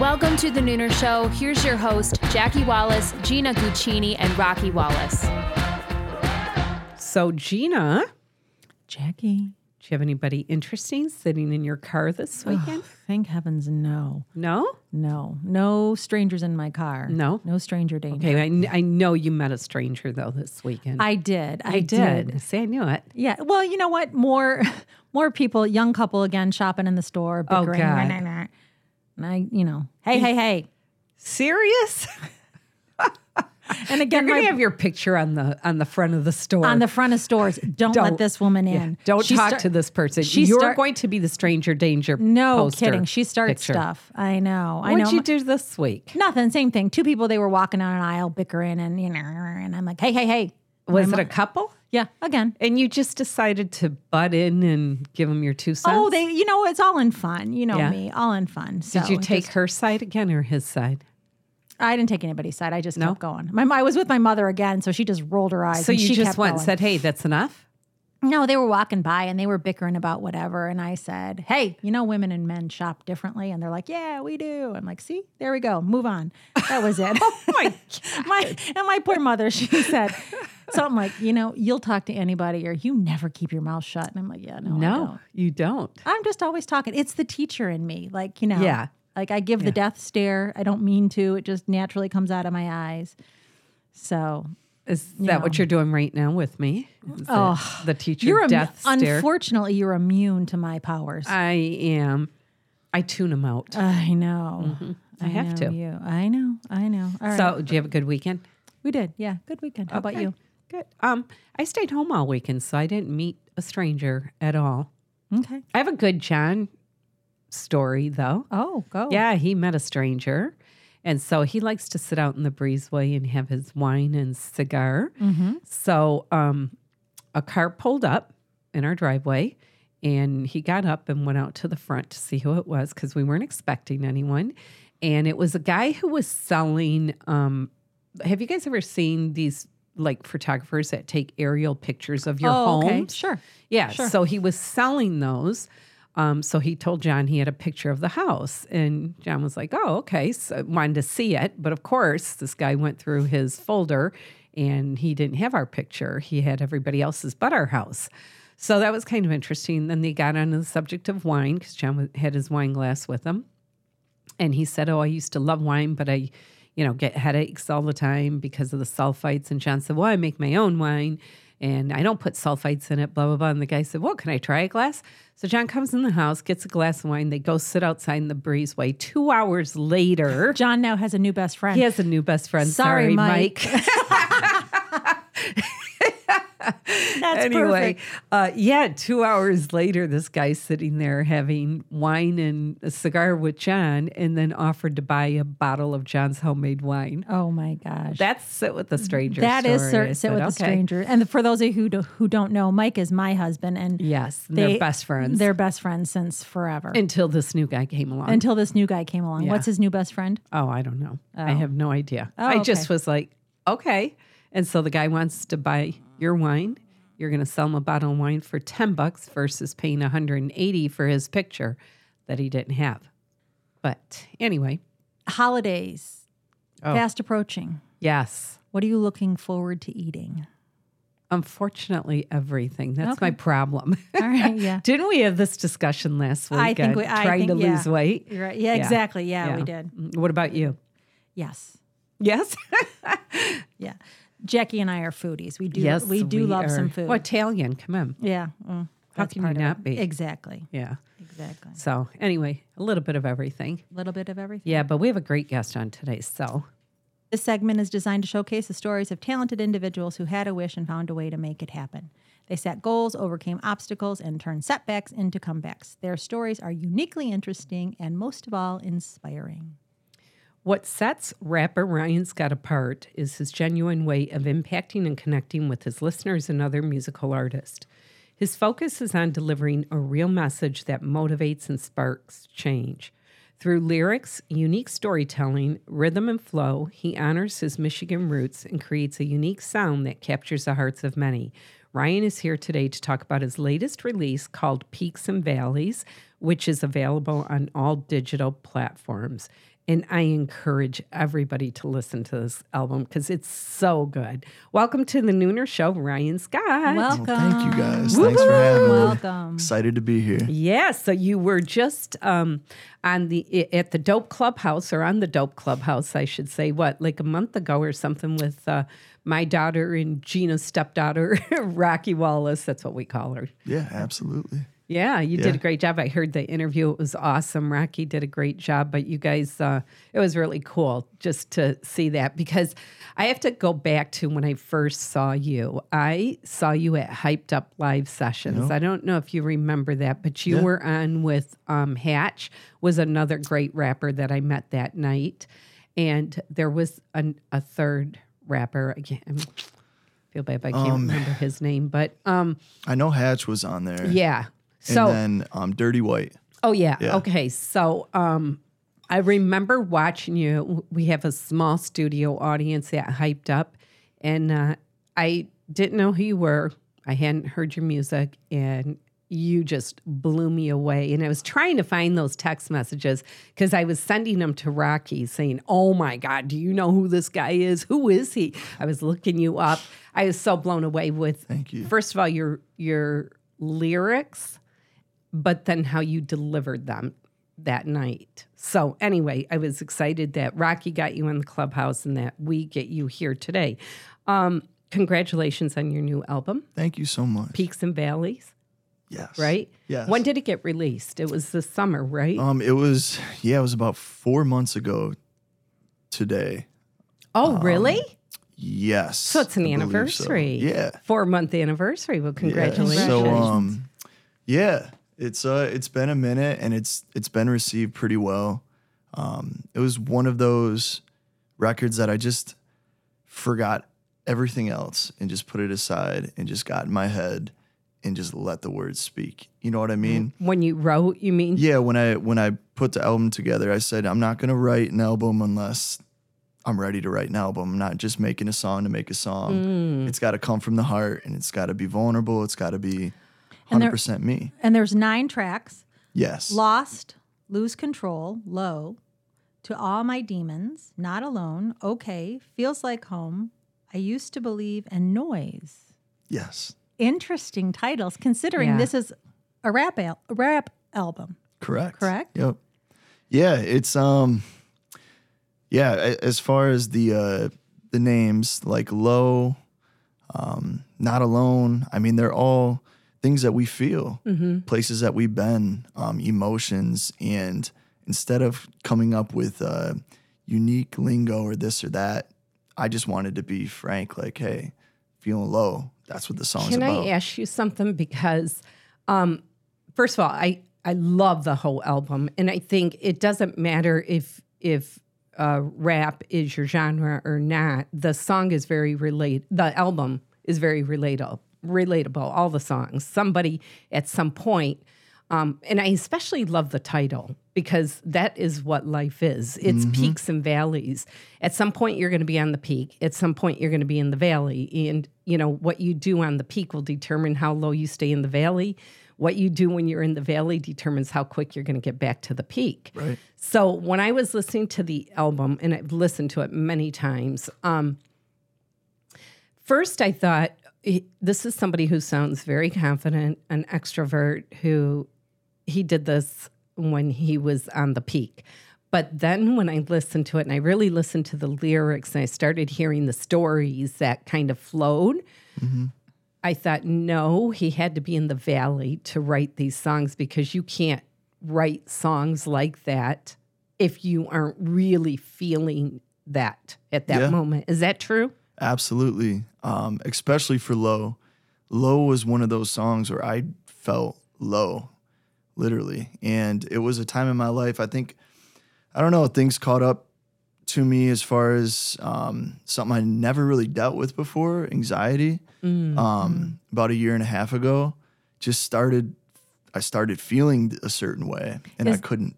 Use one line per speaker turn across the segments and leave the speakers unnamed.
Welcome to the Nooner Show. Here's your host, Jackie Wallace, Gina Guccini, and Rocky Wallace.
So, Gina,
Jackie.
do you have anybody interesting sitting in your car this weekend?
Thank heavens, no,
No?
no, no strangers in my car.
No?
no stranger danger.
Okay, I, kn- I know you met a stranger though this weekend.
I did. I,
You
did.
See, I knew it.
Yeah. Well, you know what? More, more people. Young couple again shopping in the store. Bickering,
Oh, God.
nah, nah, nah. And I, you know, hey, hey, hey.
Serious?
And
You're
again,
gonna
my-
have your picture on the on the front of the store.
on the front of stores, don't,
Don't-
let this woman in.
Yeah, Don't
She
talk
start-
to this person.
she
You're
start-
going to be the stranger danger.
No
poster
kidding. She starts
picture.
stuff. I know. I
What'd
know.
you do this week?
Nothing. Same thing. Two people. They were walking down an aisle, bickering, and you know, and I'm like, hey, hey, hey.
Was it a couple?
Yeah. Again.
And you just decided to butt in and give them your two cents?
Oh, they, you know, it's all in fun. You know
Yeah.
me, all in fun. So
Did you
it
take
just-
her side again or his side?
I didn't take anybody's side. I just kept going. My, I was with my mother again, so she just rolled her eyes.
So
and
you
she
just
kept
went and
going.
said, "Hey, that's enough."
No, they were walking by and they were bickering about whatever. And I said, Hey, you know, women and men shop differently. And they're like, Yeah, we do. I'm like, See, there we go. Move on. That was it.
Oh my
my, and my poor mother, she said something like, You know, you'll talk to anybody or you never keep your mouth shut. And I'm like, Yeah, no. I don't."
No, you don't.
I'm just always talking. It's the teacher in me. Like, you know,
Yeah.
like I give the death stare. I don't mean to. It just naturally comes out of my eyes. So
Is that what you're doing right now with me? Is it
Oh,
the teacher
you're, im-
death stare.
unfortunately, you're immune to my powers. I,
I am. I tune them out.
know. I,
Mm-hmm. have
know
to.
You. I know. I know. All right.
so, do you have a good weekend?
we did. Yeah. Good weekend. How about
Okay,
you?
Good. Um, I stayed home all weekend, so I didn't meet a stranger at all.
Okay.
I have a good John story though.
Oh, go.
Yeah, he met a stranger. And so he likes to sit out in the breezeway and have his wine and cigar.
Mm-hmm.
So um, a car pulled up in our driveway and he got up and went out to the front to see who it was because we weren't expecting anyone. And it was a guy who was selling. Um, have you guys ever seen these like photographers that take aerial pictures of your
oh,
home?
okay. Sure.
Yeah. So he was selling those. Um, so he told John he had a picture of the house, and John was like, "Oh, okay." So wanted to see it, but of course, this guy went through his folder, and he didn't have our picture. He had everybody else's but our house. So that was kind of interesting. Then they got onto the subject of wine because John wa- had his wine glass with him, and he said, "Oh, I used to love wine, but I, you know, get headaches all the time because of the sulfites." And John said, "Well, I make my own wine, and I don't put sulfites in it." Blah blah blah. And the guy said, "Well, can I try a glass?" So John comes in the house, gets a glass of wine. They go sit outside in the breezeway. Two hours later,
John now has a new best friend.
he has a new best friend.
Sorry,
Sorry,
Mike.
Mike.
That's
anyway,
perfect.
uh, yeah, two hours later, this guy's sitting there having wine and a cigar with John, and then offered to buy a bottle of John's homemade wine.
Oh my gosh.
That's sit with the stranger.
That is
story. I
sit, sit
said,
with the
"Okay."
stranger. And for those of you who, do, who don't know, Mike is my husband, and
Yes, and they're best friends
They're best friends since forever.
until this new guy came along.
until this new guy came along.
Yeah.
What's his new best friend?
oh, I don't know. I have no idea. I just
Oh, okay.
was like, okay. And so the guy wants to buy your wine. You're going to sell him a bottle of wine for ten bucks versus paying 180 for his picture that he didn't have. But anyway,
Holidays,
Oh.
fast approaching.
yes.
What are you looking forward to eating?
Unfortunately, everything. That's my problem.
All right, yeah.
Didn't we have this discussion last week?
I think
uh,
we- I
trying
think-
to
yeah.
lose weight.
You're right. Yeah, exactly. Yeah, we did.
Mm, What about you?
Yes.
Yes.
Yeah. Jackie and I are foodies. We do we do love some food.
Well, Italian, come on.
Yeah. mm, that's
can you
part of
not
it.
be?
Exactly.
Yeah.
Exactly.
So, anyway, a little bit of everything.
A little bit of everything.
Yeah, but we have a great guest on today. So,
This segment is designed to showcase the stories of talented individuals who had a wish and found a way to make it happen. They set goals, overcame obstacles, and turned setbacks into comebacks. Their stories are uniquely interesting and, most of all, inspiring.
what sets rapper Ryan Scott apart is his genuine way of impacting and connecting with his listeners and other musical artists. His focus is on delivering a real message that motivates and sparks change. Through lyrics, unique storytelling, rhythm, and flow, he honors his Michigan roots and creates a unique sound that captures the hearts of many. Ryan is here today to talk about his latest release called Peaks and Valleys, which is available on all digital platforms. And I encourage everybody to listen to this album because it's so good. Welcome to the Nooner Show, Ryan Scott.
Welcome.
Thank you guys. Thanks for having me.
Welcome.
Excited to be here.
Yeah, so you were just um, on the at the Dope Clubhouse or on the Dope Clubhouse, I should say, what like a month ago or something with uh, my daughter and Gina's stepdaughter, Rocky Wallace. That's what we call her.
Yeah, absolutely.
Yeah, you did
Yeah.
a great job. I heard the interview; it was awesome. Rocky did a great job, but you guys, uh, it was really cool just to see that because I have to go back to when I first saw you. I saw you at Hyped Up Live Sessions. I don't know if you remember that, but you
Yeah.
were on with um, Hatch, was another great rapper that I met that night, and there was an, a third rapper again. Feel bad, if I
Um,
can't remember his name, but um,
I know Hatch was on there.
yeah.
And
So
then um, Dirty White.
Oh yeah.
Yeah.
Okay. So um I remember watching you. We have a small studio audience that hyped up and uh, I didn't know who you were. I hadn't heard your music and you just blew me away. And I was trying to find those text messages because I was sending them to Rocky saying, Oh my God, do you know who this guy is? Who is he? I was looking you up. I was so blown away with
Thank you.
first of all your your lyrics but then how you delivered them that night. So, anyway, I was excited that Rocky got you in the clubhouse and that we get you here today. Um, congratulations on your new album,
Thank you so much.
Peaks and Valleys,
Yes.
right?
Yes.
When did it get released? It was this summer, right?
Um, it was yeah, it was about four months ago today.
oh, really?
Yes.
So, it's
um, I
an
believe so.
anniversary.
Yeah.
Four month anniversary. Well, congratulations.
Yeah. So um yeah, it's uh it's been a minute and it's it's been received pretty well. Um it was one of those records that I just forgot everything else and just put it aside and just got in my head and just let the words speak. You know what I mean?
when you wrote, you mean?
Yeah, when I when I put the album together, I said I'm not gonna write an album unless I'm ready to write an album. I'm not just making a song to make a song. It's got to come from the heart, and it's got to be vulnerable. It's got to
Mm.
be
And there-
100 percent me.
And there's nine tracks.
Yes.
Lost, Lose Control, Low, To All My Demons, Not Alone, Okay, Feels Like Home, I Used to Believe, and Noise.
yes.
Interesting titles considering
Yeah.
this is a rap, al- a rap album.
Correct.
Correct?
Yep. Yeah, it's um yeah, a- as far as the uh the names like low, um not alone, I mean they're all things that we feel,
Mm-hmm.
places that we've been, um emotions and instead of coming up with uh unique lingo or this or that, I just wanted to be frank like hey, feeling low. That's what the song's
Can
about.
I ask you something? Because, um, first of all, I I love the whole album, and I think it doesn't matter if if uh, rap is your genre or not. The song is very relate. The album is very relatable. Relatable. All the songs. Somebody at some point. Um, and I especially love the title because that is what life is. It's peaks and valleys. At some point, you're going to be on the peak. At some point, you're going to be in the valley. And, you know, what you do on the peak will determine how low you stay in the valley. What you do when you're in the valley determines how quick you're going to get back to the peak.
Right.
So when I was listening to the album, and I've listened to it many times, um, first I thought "Eh, this is somebody who sounds very confident, an extrovert who he did this when he was on the peak. But then when I listened to it and I really listened to the lyrics and I started hearing the stories that kind of flowed, I thought, no, he had to be in the valley to write these songs because you can't write songs like that if you aren't really feeling that at that
Yeah.
moment. Is that true?
Absolutely. Um, especially for Low. Low was one of those songs where I felt low, literally. And it was a time in my life, I think, I don't know, things caught up to me as far as um, something I never really dealt with before anxiety. Um, about a year and a half ago, just started, I started feeling a certain way and I
Is-
couldn't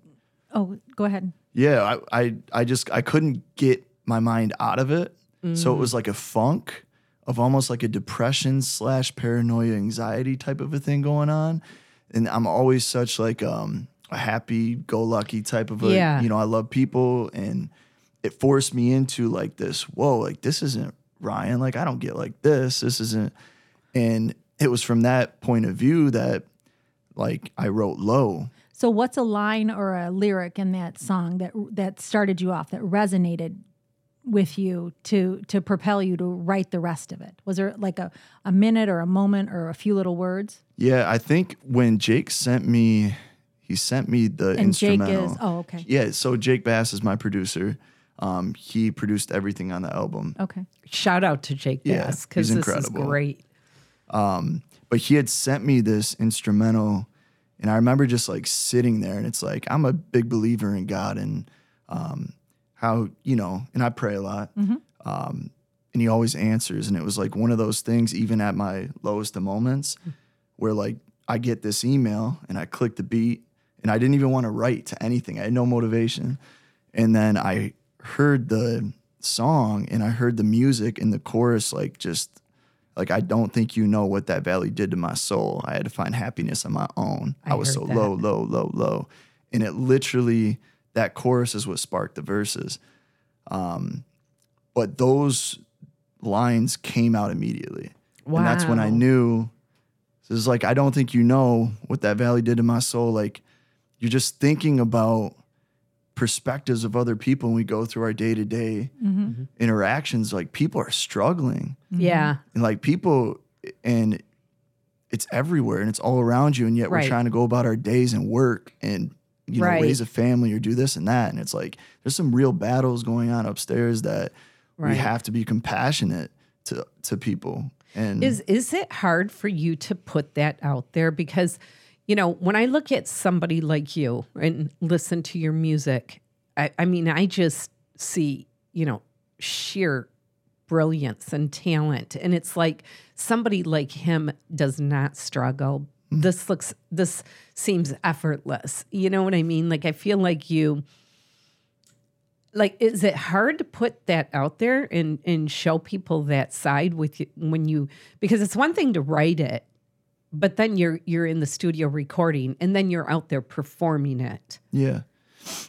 Oh, go ahead.
yeah I, I i just i couldn't get my mind out of it so it was like a funk of almost like a depression slash paranoia anxiety type of a thing going on and i'm always such like um a happy go lucky type of a
Yeah.
you know I love people and it forced me into like this whoa like this isn't Ryan like I don't get like this this isn't and it was from that point of view that like I wrote low
So, what's a line or a lyric in that song that that started you off that resonated with you to to propel you to write the rest of it? Was there like a a minute or a moment or a few little words?
yeah I think when Jake sent me he sent me the
And Jake
instrumental
is oh okay
yeah so Jake Bass is my producer um he produced everything on the album
okay
Shout out to Jake
Yeah,
Bass because
he's
this is
incredible.
great.
but he had sent me this instrumental and i remember just like sitting there and it's like i'm a big believer in god and um, how you know and i pray a lot
Mm-hmm.
um, and he always answers and it was like one of those things even at my lowest of moments where like i get this email and i click the beat and i didn't even want to write to anything i had no motivation and then i heard the song and i heard the music and the chorus like just like I don't think you know what that valley did to my soul. I had to find happiness on my own. I,
I
was
heard
so
that.
low, low, low, low, and it literally that chorus is what sparked the verses. Um, but those lines came out immediately, and that's when I
Wow.
knew. So it's like I don't think you know what that valley did to my soul. Like you're just thinking about perspectives of other people, and we go through our day to day
Mm-hmm.
interactions. Like people are struggling
Yeah.
and like people and it's everywhere and it's all around you and yet
Right.
we're trying to go about our days and work and you know
Right.
raise a family or do this and that and it's like there's some real battles going on upstairs that
Right.
we have to be compassionate to to people and
Is is it hard for you to put that out there because you know when I look at somebody like you and listen to your music I, I mean I just see you know sheer brilliance and talent and it's like somebody like him does not struggle
Mm.
this looks this seems effortless you know what I mean like I feel like you like is it hard to put that out there and and show people that side with you when you because it's one thing to write it but then you're you're in the studio recording and then you're out there performing it
Yeah.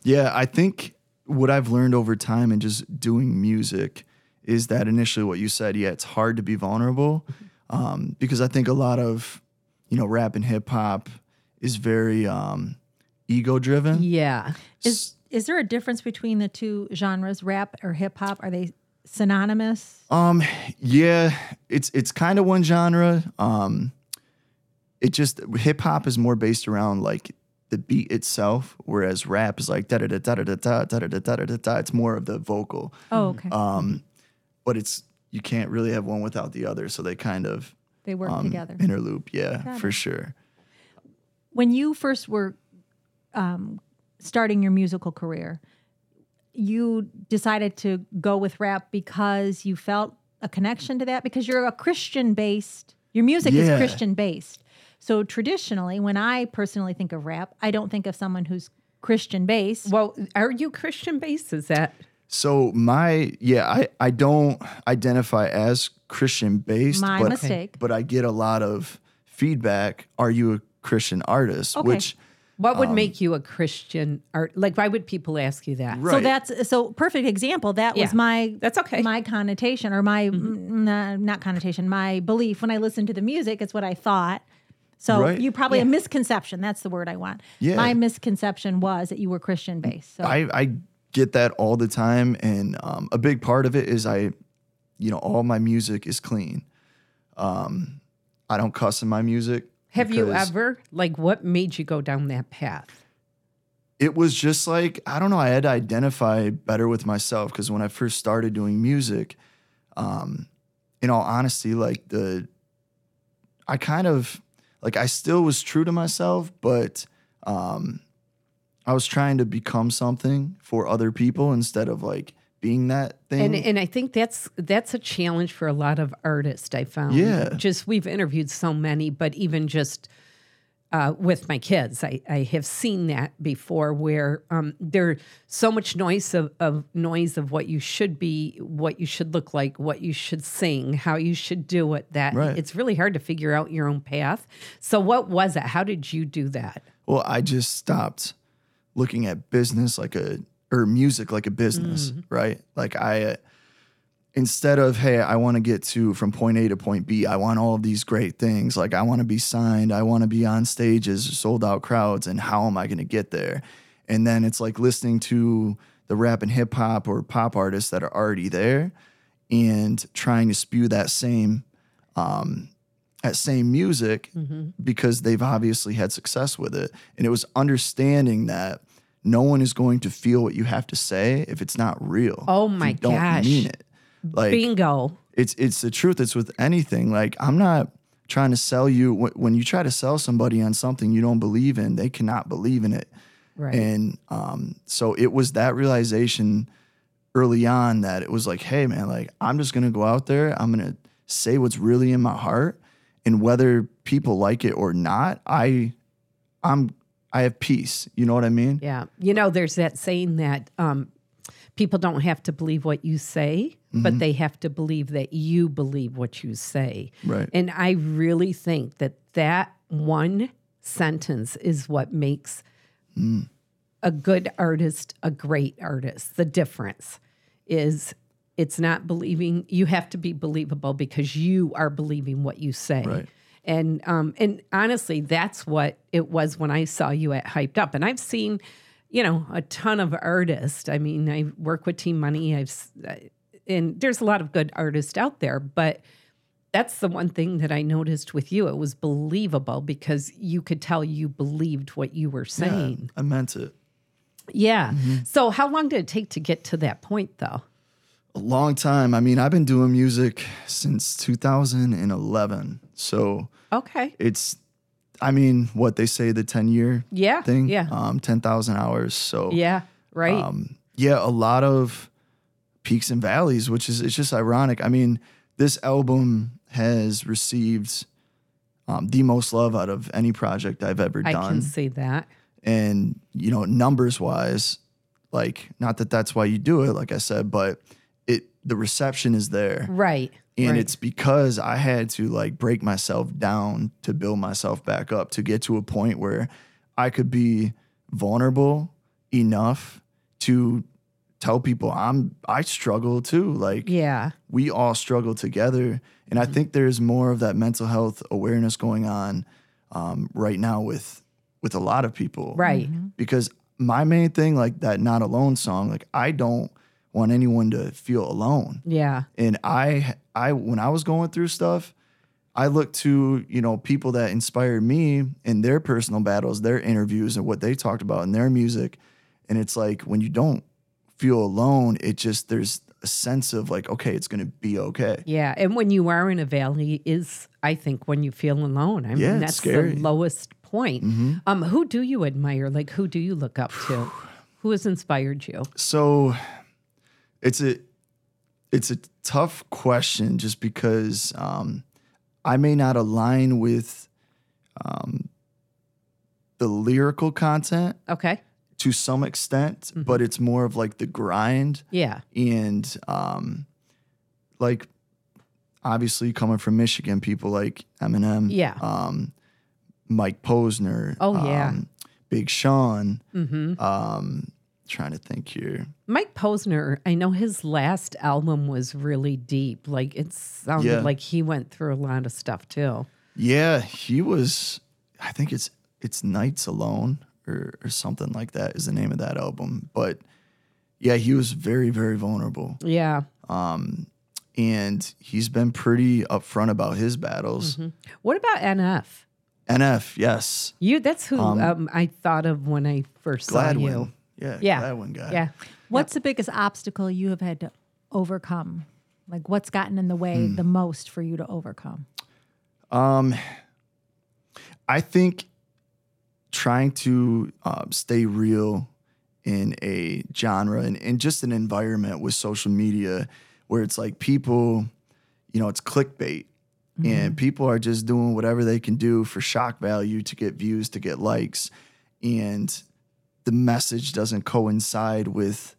Yeah. I think what I've learned over time and just doing music is that initially what you said, yeah, it's hard to be vulnerable um, because I think a lot of, you know, rap and hip hop is very um, ego driven.
yeah
is is there a difference between the two genres rap or hip hop are they synonymous
Um, yeah, it's it's kind of one genre. Um, it just hip hop is more based around like the beat itself, whereas rap is like da da da da da da da da da da da da. It's more of the vocal.
oh okay
um, but it's you can't really have one without the other, so they kind of
they work
um,
together
interloop. Yeah, for sure.
when you first were um, starting your musical career, you decided to go with rap because you felt a connection to that because you're a Christian based, your music is
Yeah.
Christian based. So traditionally, when I personally think of rap, I don't think of someone who's Christian based.
well are you christian based is that
So my yeah, I I don't identify as Christian based,
My
but
mistake.
but I get a lot of feedback. Are you a Christian artist?
Okay.
Which
what
Um,
would make you a christian art like why would people ask you that
right,
So that's so perfect example. That was
Yeah.
my
That's okay.
My connotation or my mm, nah, not connotation, my belief when I listened to the music, it's what I thought. So
Right.
you probably a misconception. That's the word I want.
Yeah.
My misconception was that you were Christian based. So
I I get that all the time, and um, a big part of it is I, you know, all my music is clean. Um, I don't cuss in my music.
have you
because-
ever like what made you go down that path
it was just like I don't know. I had to identify better with myself because when I first started doing music, um, in all honesty, like the, I kind of like I still was true to myself, but um, I was trying to become something for other people instead of like being that thing.
And and I think that's that's a challenge for a lot of artists. I found.
Yeah.
Just we've interviewed so many, but even just uh, with my kids, I, I have seen that before, where um, there's so much noise of, of noise of what you should be, what you should look like, what you should sing, how you should do it. That
Right.
it's really hard to figure out your own path. So, what was it? How did you do that?
well, I just stopped looking at business like a or music like a business, right? Like I uh, instead of hey, I want to get to from point A to point B, I want all of these great things. Like I want to be signed, I want to be on stages, sold out crowds, and how am I going to get there? And then it's like listening to the rap and hip hop or pop artists that are already there and trying to spew that same um, that same music
Mm-hmm.
because they've obviously had success with it. And it was understanding that no one is going to feel what you have to say if it's not real.
Oh
if you
my
don't
gosh.
mean it. Like
Bingo.
it's it's the truth. It's with anything. Like I'm not trying to sell you. Wh- When you try to sell somebody on something you don't believe in, they cannot believe in it.
Right.
And um, so it was that realization early on that it was like, hey, man, like I'm just going to go out there. I'm going to say what's really in my heart. And whether people like it or not, I, I'm, I have peace. You know what I mean?
Yeah. You know, there's that saying that um, people don't have to believe what you say,
Mm-hmm.
but they have to believe that you believe what you say.
Right.
And I really think that that one sentence is what makes a good artist a great artist. The difference is it's not believing you have to be believable because you are believing what you say.
Right.
And um and honestly, that's what it was when I saw you at Hyped Up. And I've seen, you know, a ton of artists. I mean, I work with Team Money. I've s- uh, and there's a lot of good artists out there, but that's the one thing that I noticed with you. It was believable because you could tell you believed what you were saying.
I meant it.
Yeah.
Mm-hmm.
So how long did it take to get to that point though?
a long time. I mean, I've been doing music since 2011. So
Okay.
it's, I mean, what they say the 10 year
Yeah.
thing,
Yeah.
um, 10,000 hours. So
yeah. Right.
um, yeah, a lot of peaks and valleys, which is it's just ironic. I mean, this album has received um, the most love out of any project I've ever
I
done
can see that.
and you know numbers wise like not that that's why you do it like i said but it the reception is there
Right.
and
right.
it's because i had to like break myself down to build myself back up to get to a point where i could be vulnerable enough to tell people i'm i struggle too like
yeah.
we all struggle together. And I think there's more of that mental health awareness going on um, right now with with a lot of people.
Right.
Because my main thing, like that not alone song, like I don't want anyone to feel alone.
Yeah.
And I I when I was going through stuff, I looked to, you know, people that inspired me in their personal battles, their interviews and what they talked about in their music. And it's like when you don't feel alone, it just there's a sense of like, okay, it's gonna be okay.
Yeah. And when you are in a valley is I think when you feel alone. I mean
Yeah, it's
that's
scary. Mm-hmm.
the lowest point. Um who do you admire? Like who do you look up to? who has inspired you?
So it's a it's a tough question just because um, I may not align with um, the lyrical content
Okay.
to some extent,
Mm-hmm.
but it's more of like the grind
Yeah.
and um, like obviously coming from Michigan, people like Eminem,
Yeah.
um, Mike Posner,
Oh, yeah.
um, Big Sean.
Mhm.
Um, trying to think here.
Mike Posner, I know his last album was really deep. Like it sounded
Yeah.
like he went through a lot of stuff too.
Yeah, he was. I think it's it's Nights Alone or or something like that is the name of that album. But yeah, he was very very vulnerable.
Yeah.
Um, and he's been pretty upfront about his
Mm-hmm.
battles.
What about NF?
NF, yes,
You that's who um,
Um,
I thought of when I first saw
Gladwin.
you.
Yeah,
Yeah.
Gladwin guy.
Yeah.
What's the biggest obstacle you have had to overcome? Like what's gotten in the way the most for you to overcome?
Um, I think trying to um, stay real in a genre and, and just an environment with social media where it's like people, you know, it's clickbait and people are just doing whatever they can do for shock value to get views, to get likes. And the message doesn't coincide with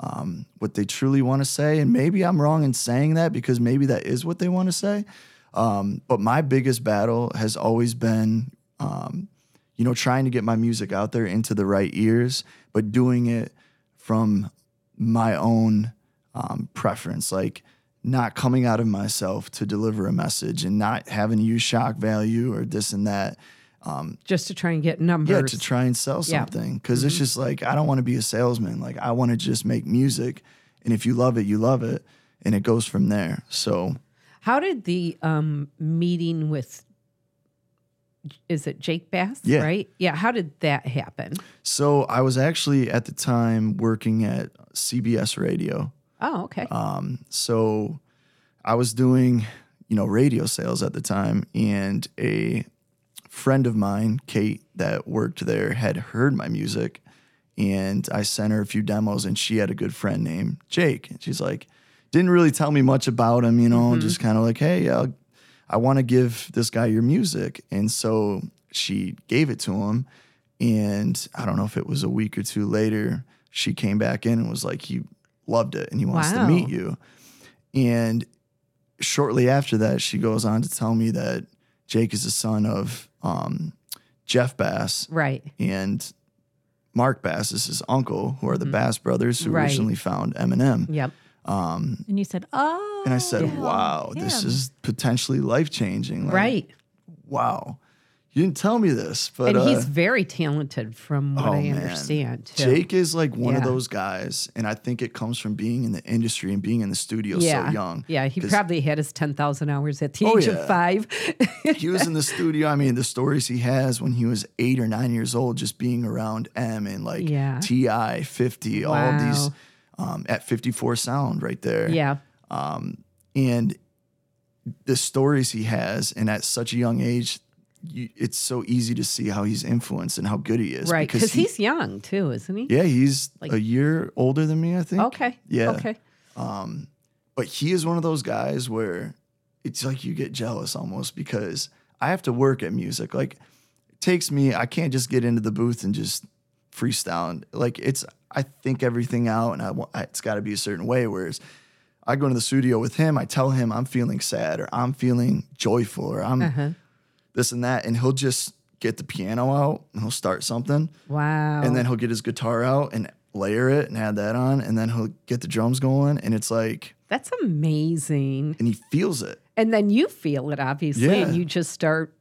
um, what they truly want to say. And maybe I'm wrong in saying that because maybe that is what they want to say. Um, but my biggest battle has always been, um, you know, trying to get my music out there into the right ears, but doing it from my own um, preference, like not coming out of myself to deliver a message and not having to use shock value or this and that.
just to try and get numbers.
Yeah, to try and sell
Yeah.
something. Because it's just like, I don't want to be a salesman. Like, I want to just make music. And if you love it, you love it. And it goes from there. So,
How did the um, meeting with is it Jake Bass?
Yeah.
Right? Yeah. How did that happen?
so I was actually at the time working at CBS Radio.
Oh, okay.
Um, so I was doing, you know, radio sales at the time, and a friend of mine, Kate, that worked there, had heard my music, and I sent her a few demos, and she had a good friend named Jake, and she's like, didn't really tell me much about him, you know, just kind of like, hey, I'll, I want to give this guy your music, and so she gave it to him, and I don't know if it was a week or two later, she came back in and was like, he loved it, and he wants
Wow.
to meet you, and shortly after that, she goes on to tell me that Jake is the son of um, Jeff Bass
right.
and Mark Bass is his uncle, who are the Bass brothers who
Mm-hmm. Right.
originally found Eminem.
Yep.
And you said, oh.
And I said, wow, this
damn."
is potentially life changing.
right.
Wow. You didn't tell me this, but
And
uh,
he's very talented from what
oh,
I
man.
understand. too.
Jake is like one of
Yeah.
those guys, and I think it comes from being in the industry and being in the studio
yeah.
so young.
Yeah. He
'Cause
probably had his 10,000 hours at the
Oh,
age
yeah.
of five.
he was in the studio. I mean, the stories he has when he was eight or nine years old, just being around M and like
Yeah.
TI 50, all of these
Wow.
um, at 54 sound right there.
yeah.
Um, And the stories he has, and at such a young age, you, it's so easy to see how he's influenced and how good he is.
Right. Because
he-
he's young too, isn't he?
yeah, he's a year older than me, I think.
Okay.
Yeah.
Okay.
but he is one of those guys where it's like you get jealous almost because I have to work at music. Like it takes me, I can't just get into the booth and just freestyle. Like it's, I think everything out and I, wa- I it's got to be a certain way. Whereas I go into the studio with him, I tell him I'm feeling sad or I'm feeling joyful or I'm this and that, and he'll just get the piano out and he'll start something
Wow.
and then he'll get his guitar out and layer it and add that on and then he'll get the drums going and it's like
That's amazing.
and he feels it
And then you feel it, obviously,
Yeah.
and you just start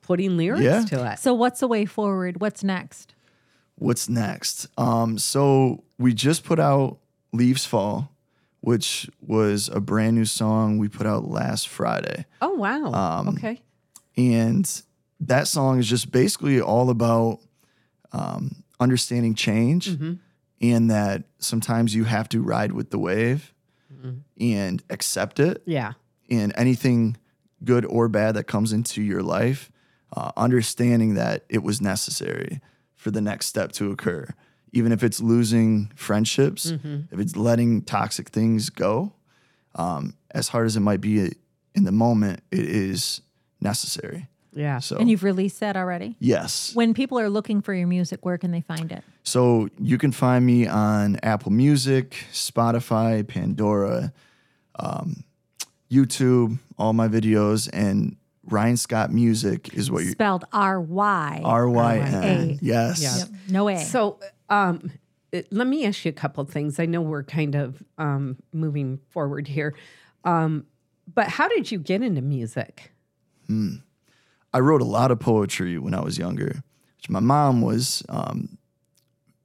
putting lyrics
Yeah.
to it.
So what's the way forward? What's next?
what's next? Um, so we just put out Leaves Fall, which was a brand new song we put out last Friday.
Oh, wow.
Um,
okay.
And that song is just basically all about um, understanding change and that sometimes you have to ride with the wave and accept it
Yeah.
in anything good or bad that comes into your life, uh, understanding that it was necessary for the next step to occur. Even if it's losing friendships, if it's letting toxic things go, um, as hard as it might be in the moment, it is necessary.
Yeah.
So,
And you've released that already?
yes.
When people are looking for your music, where can they find it?
So you can find me on Apple Music, Spotify, Pandora, um, YouTube, all my videos, and Ryan Scott Music is what you
Spelled R Y.
R Y
A.
N. Yes.
Yep. No A.
So, um, it- let me ask you a couple of things. I know we're kind of um, moving forward here, um, but how did you get into music?
I wrote a lot of poetry when I was younger. Which my mom was, um,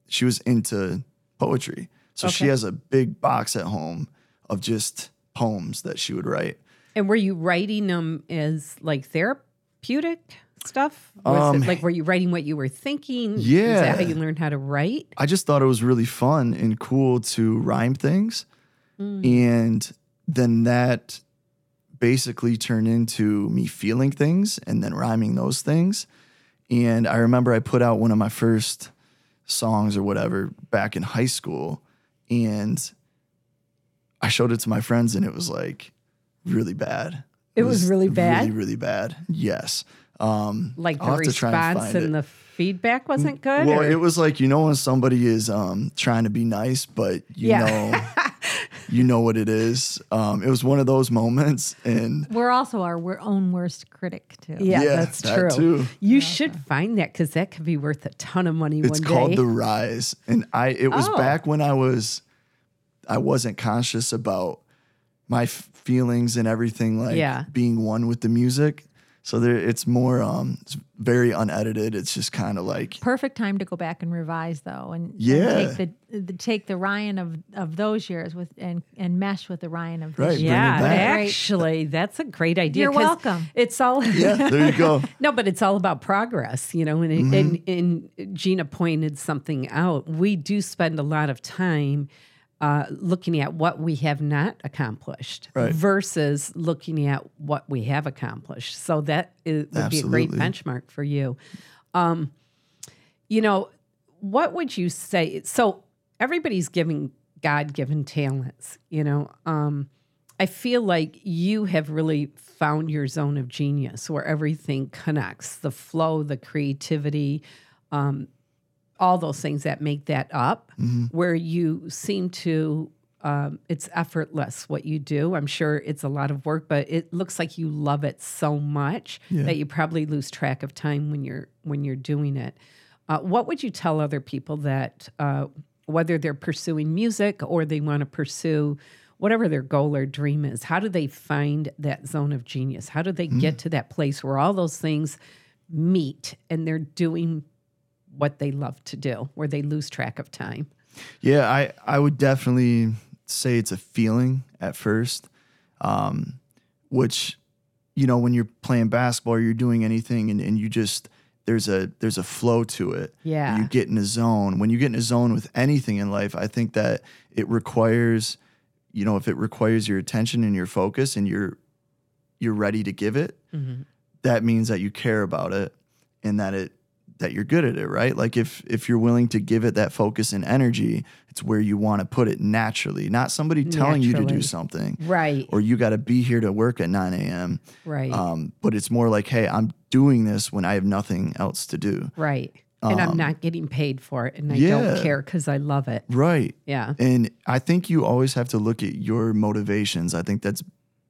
she was into poetry, so she has a big box at home of just poems that she would write.
And were you writing them as like therapeutic stuff? Was
Um,
it like were you writing what you were thinking? Is
Yeah.
that how you learned how to write?
I just thought it was really fun and cool to rhyme things.
Mm.
And then that basically turned into me feeling things and then rhyming those things. And I remember I put out one of my first songs or whatever back in high school. And I showed it to my friends and it was like really bad.
It was really bad?
Really, really bad. Yes. Um,
Like the
I'll have to try and
response
find
and
it. Mm,
the feedback wasn't good?
Well,
or-
it was like you know when somebody is um, trying to be nice, but you
Yeah.
know you know what it is. Um, it was one of those moments, and
We're also our we're own worst critic too.
Yeah,
Yeah,
that's
that
true.
too.
You should find that because that could be worth a ton of money
it's
one
called
day.
the rise, and I it was
Oh.
back when I was I wasn't conscious about my f- feelings and everything like
Yeah.
being one with the music. So there, it's more um, it's very unedited. It's just kind of like
Perfect time to go back and revise though, and and
Yeah.
take the, the take the Ryan of of those years with and and mesh with the Ryan of this
Right.
year.
yeah,
Bring it back.
actually, that's a great idea.
You're
'cause
welcome.
It's all
yeah, there you go.
No, but it's all about progress, you know. And, and and Gina pointed something out. We do spend a lot of time uh, looking at what we have not accomplished
Right.
versus looking at what we have accomplished. So that is, would be a great
Absolutely.
benchmark for you. Um, you know, what would you say? So everybody's giving God given talents, you know. Um, I feel like you have really found your zone of genius where everything connects the flow, the creativity, um, all those things that make that up, where you seem to. Um, it's effortless what you do. I'm sure it's a lot of work, but it looks like you love it so much
Yeah.
that you probably lose track of time when you're when you're doing it. Uh, what would you tell other people that uh, whether they're pursuing music or they want to pursue whatever their goal or dream is, how do they find that zone of genius? How do they get to that place where all those things meet and they're doing what they love to do, where they lose track of time?
Yeah, I, I would definitely say it's a feeling at first, um, which, you know, when you're playing basketball or you're doing anything and, and you just, there's a, there's a flow to it.
Yeah.
You get in a zone. When you get in a zone with anything in life, I think that it requires, you know, if it requires your attention and your focus and you're, you're ready to give it,
Mm-hmm.
that means that you care about it and that it that you're good at it right like if if you're willing to give it that focus and energy it's where you want to put it naturally not somebody telling you to do
Naturally.
something
Right,
or you got to be here to work at 9 a.m
right,
um, but it's more like hey i'm doing this when i have nothing else to do
right. And I'm not getting paid for it and I
um, yeah.
don't care because I love it.
right
Yeah.
And I think you always have to look at your motivations. I think that's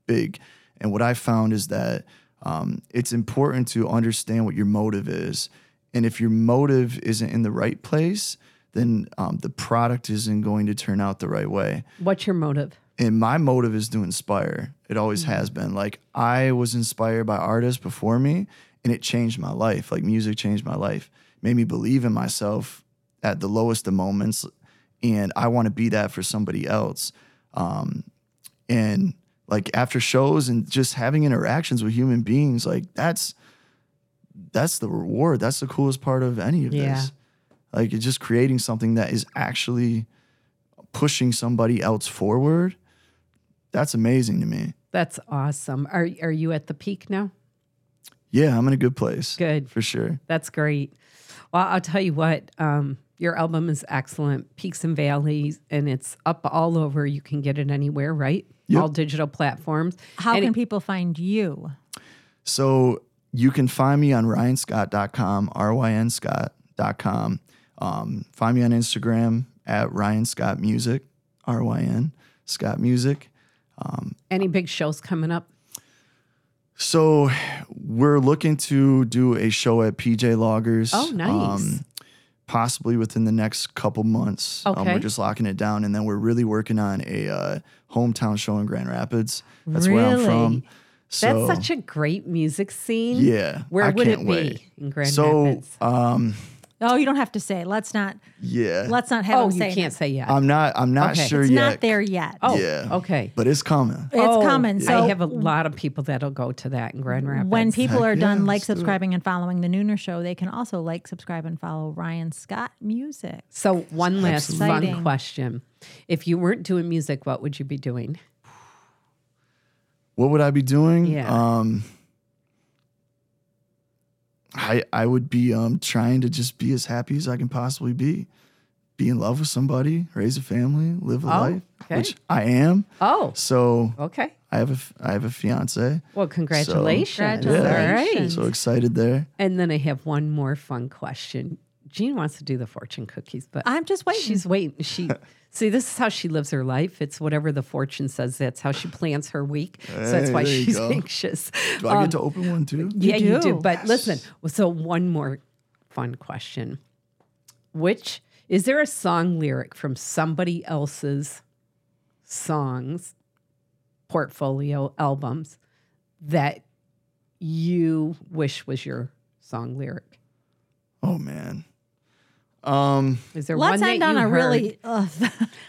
big. And what I found is that um, it's important to understand what your motive is. And if your motive isn't in the right place, then um, the product isn't going to turn out the right way.
What's your motive?
And my motive is to inspire. It always has been. Like I was inspired by artists before me, and it changed my life. Like music changed my life, made me believe in myself at the lowest of moments, and I want to be that for somebody else. Um, and like after shows and just having interactions with human beings, like that's that's the reward. That's the coolest part of any of
Yeah.
this. Like it's just creating something that is actually pushing somebody else forward. That's amazing to me.
That's awesome. Are are you at the peak now?
Yeah, I'm in a good place.
Good.
For sure.
That's great. Well, I'll tell you what, um, your album is excellent. Peaks and Valleys, and it's up all over. You can get it anywhere, right?
Yep.
All digital platforms.
How
And
can
it-
people find you?
So you can find me on ryanscott.com, R-Y-N-Scott.com. Um, find me on Instagram at Ryan Scott Music, R-Y-N Scott Music.
any big shows coming up?
So we're looking to do a show at PJ Loggers.
Oh, nice.
um, possibly within the next couple months. Um,
Okay.
we're just locking it down, and then we're really working on a uh, hometown show in Grand Rapids. That's where I'm from.
Really?
So,
That's such a great music scene.
yeah.
Where
I
would it
can't
be
wait.
in Grand
so,
Rapids?
um,
Oh, you don't have to say. Let's not
yeah,
let's not have
Oh,
him
you
say it.
can't say yet.
I'm not. I'm not
Okay.
sure
It's
yet.
not there yet.
oh,
yeah.
okay.
but it's coming.
It's
Oh,
coming. So
I have a lot of people that'll go to that in Grand Rapids.
when people are
yeah,
done like
let's do it.
subscribing and following the Nooner Show, they can also like, subscribe, and follow Ryan Scott Music.
so one last
Exciting.
fun question: If you weren't doing music, what would you be doing?
What would I be doing?
Yeah.
Um, I I would be um trying to just be as happy as I can possibly be, be in love with somebody, raise a family, live a
Oh,
life,
okay.
which I am.
Oh,
So
okay.
I have a f- I have a fiance.
Well, congratulations. All right.
Congratulations.
So excited there.
And then I have one more fun question. Jean wants to do the fortune cookies, but
I'm just waiting.
she's waiting. She See, this is how she lives her life. It's whatever the fortune says. That's how she plans her week. so that's
Hey,
why
there you
she's
go.
anxious.
Do I get to open one too?
Um, yeah, you do.
do.
But listen, so one more fun question. Which is there a song lyric from somebody else's songs, portfolio, albums that you wish was your song lyric?
Oh man. Um,
Is there one
Let's
that
end on
you
a
heard?
really uh,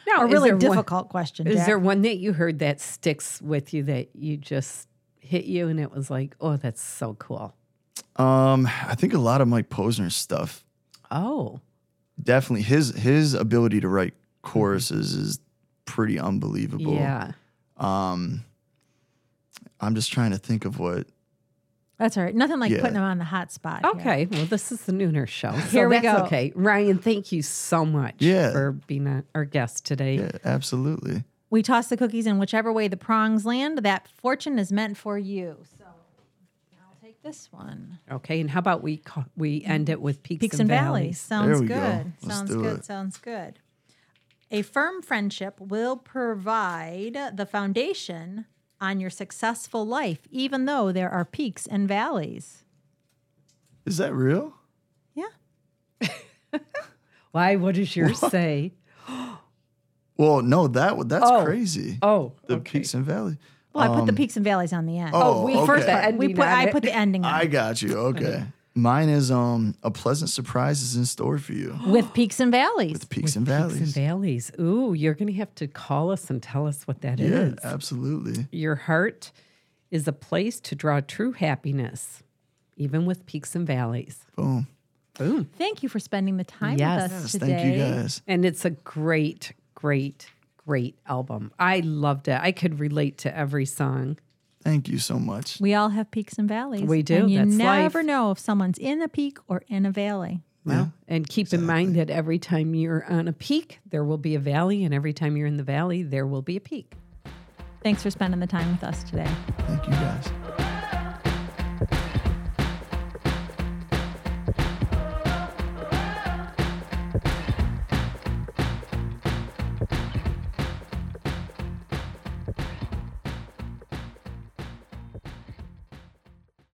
No,
a
is
really
there one-
difficult question.
Is
Jack.
there one that you heard that sticks with you that you just hit you and it was like, oh, that's so cool?
um, I think a lot of Mike Posner's stuff.
Oh,
Definitely his his ability to write choruses is pretty unbelievable.
Mm-hmm. yeah.
Um, I'm just trying to think of what.
That's all right. Nothing like
Yeah.
putting them on the hot spot. here.
Okay. Well, this is the Nooner Show. so
Here we
that's
go.
Okay. Ryan, thank you so much
Yeah.
for being a- our guest today.
Yeah, absolutely.
We toss the cookies in whichever way the prongs land. That fortune is meant for you. So I'll take this one.
Okay. And how about we ca- we end it with peaks,
Peaks and valleys. Sounds
There we go.
good.
Let's
Sounds
do
good.
it.
Sounds good. A firm friendship will provide the foundation on your successful life, even though there are peaks and valleys.
Is that real?
Yeah.
Why? What does yours say?
Well, no, that that's
Oh.
crazy.
Oh,
the
okay.
peaks and valleys.
Well, I put the peaks and valleys on the end.
Um, Oh,
we
okay.
first
But
ending
we put
on
I
it.
put the ending on
I got you. Okay. Mine is um a pleasant surprise is in store for you.
with peaks and valleys.
With peaks and valleys.
Peaks and valleys. Ooh, you're going to have to call us and tell us what that is.
yeah, absolutely.
Your heart is a place to draw true happiness, even with peaks and valleys.
Boom.
Boom.
Thank you for spending the time
Yes.
with us
Yes,
today.
thank you guys.
And it's a great, great, great album. I loved it. I could relate to every song.
Thank you so much.
We all have peaks and valleys.
We do.
And you
That's
never
life.
know if someone's in a peak or in a valley.
Well, and keep in mind that every time you're on a peak, there will be a valley, and every time you're in the valley, there will be a peak.
Thanks for spending the time with us today.
Thank you guys.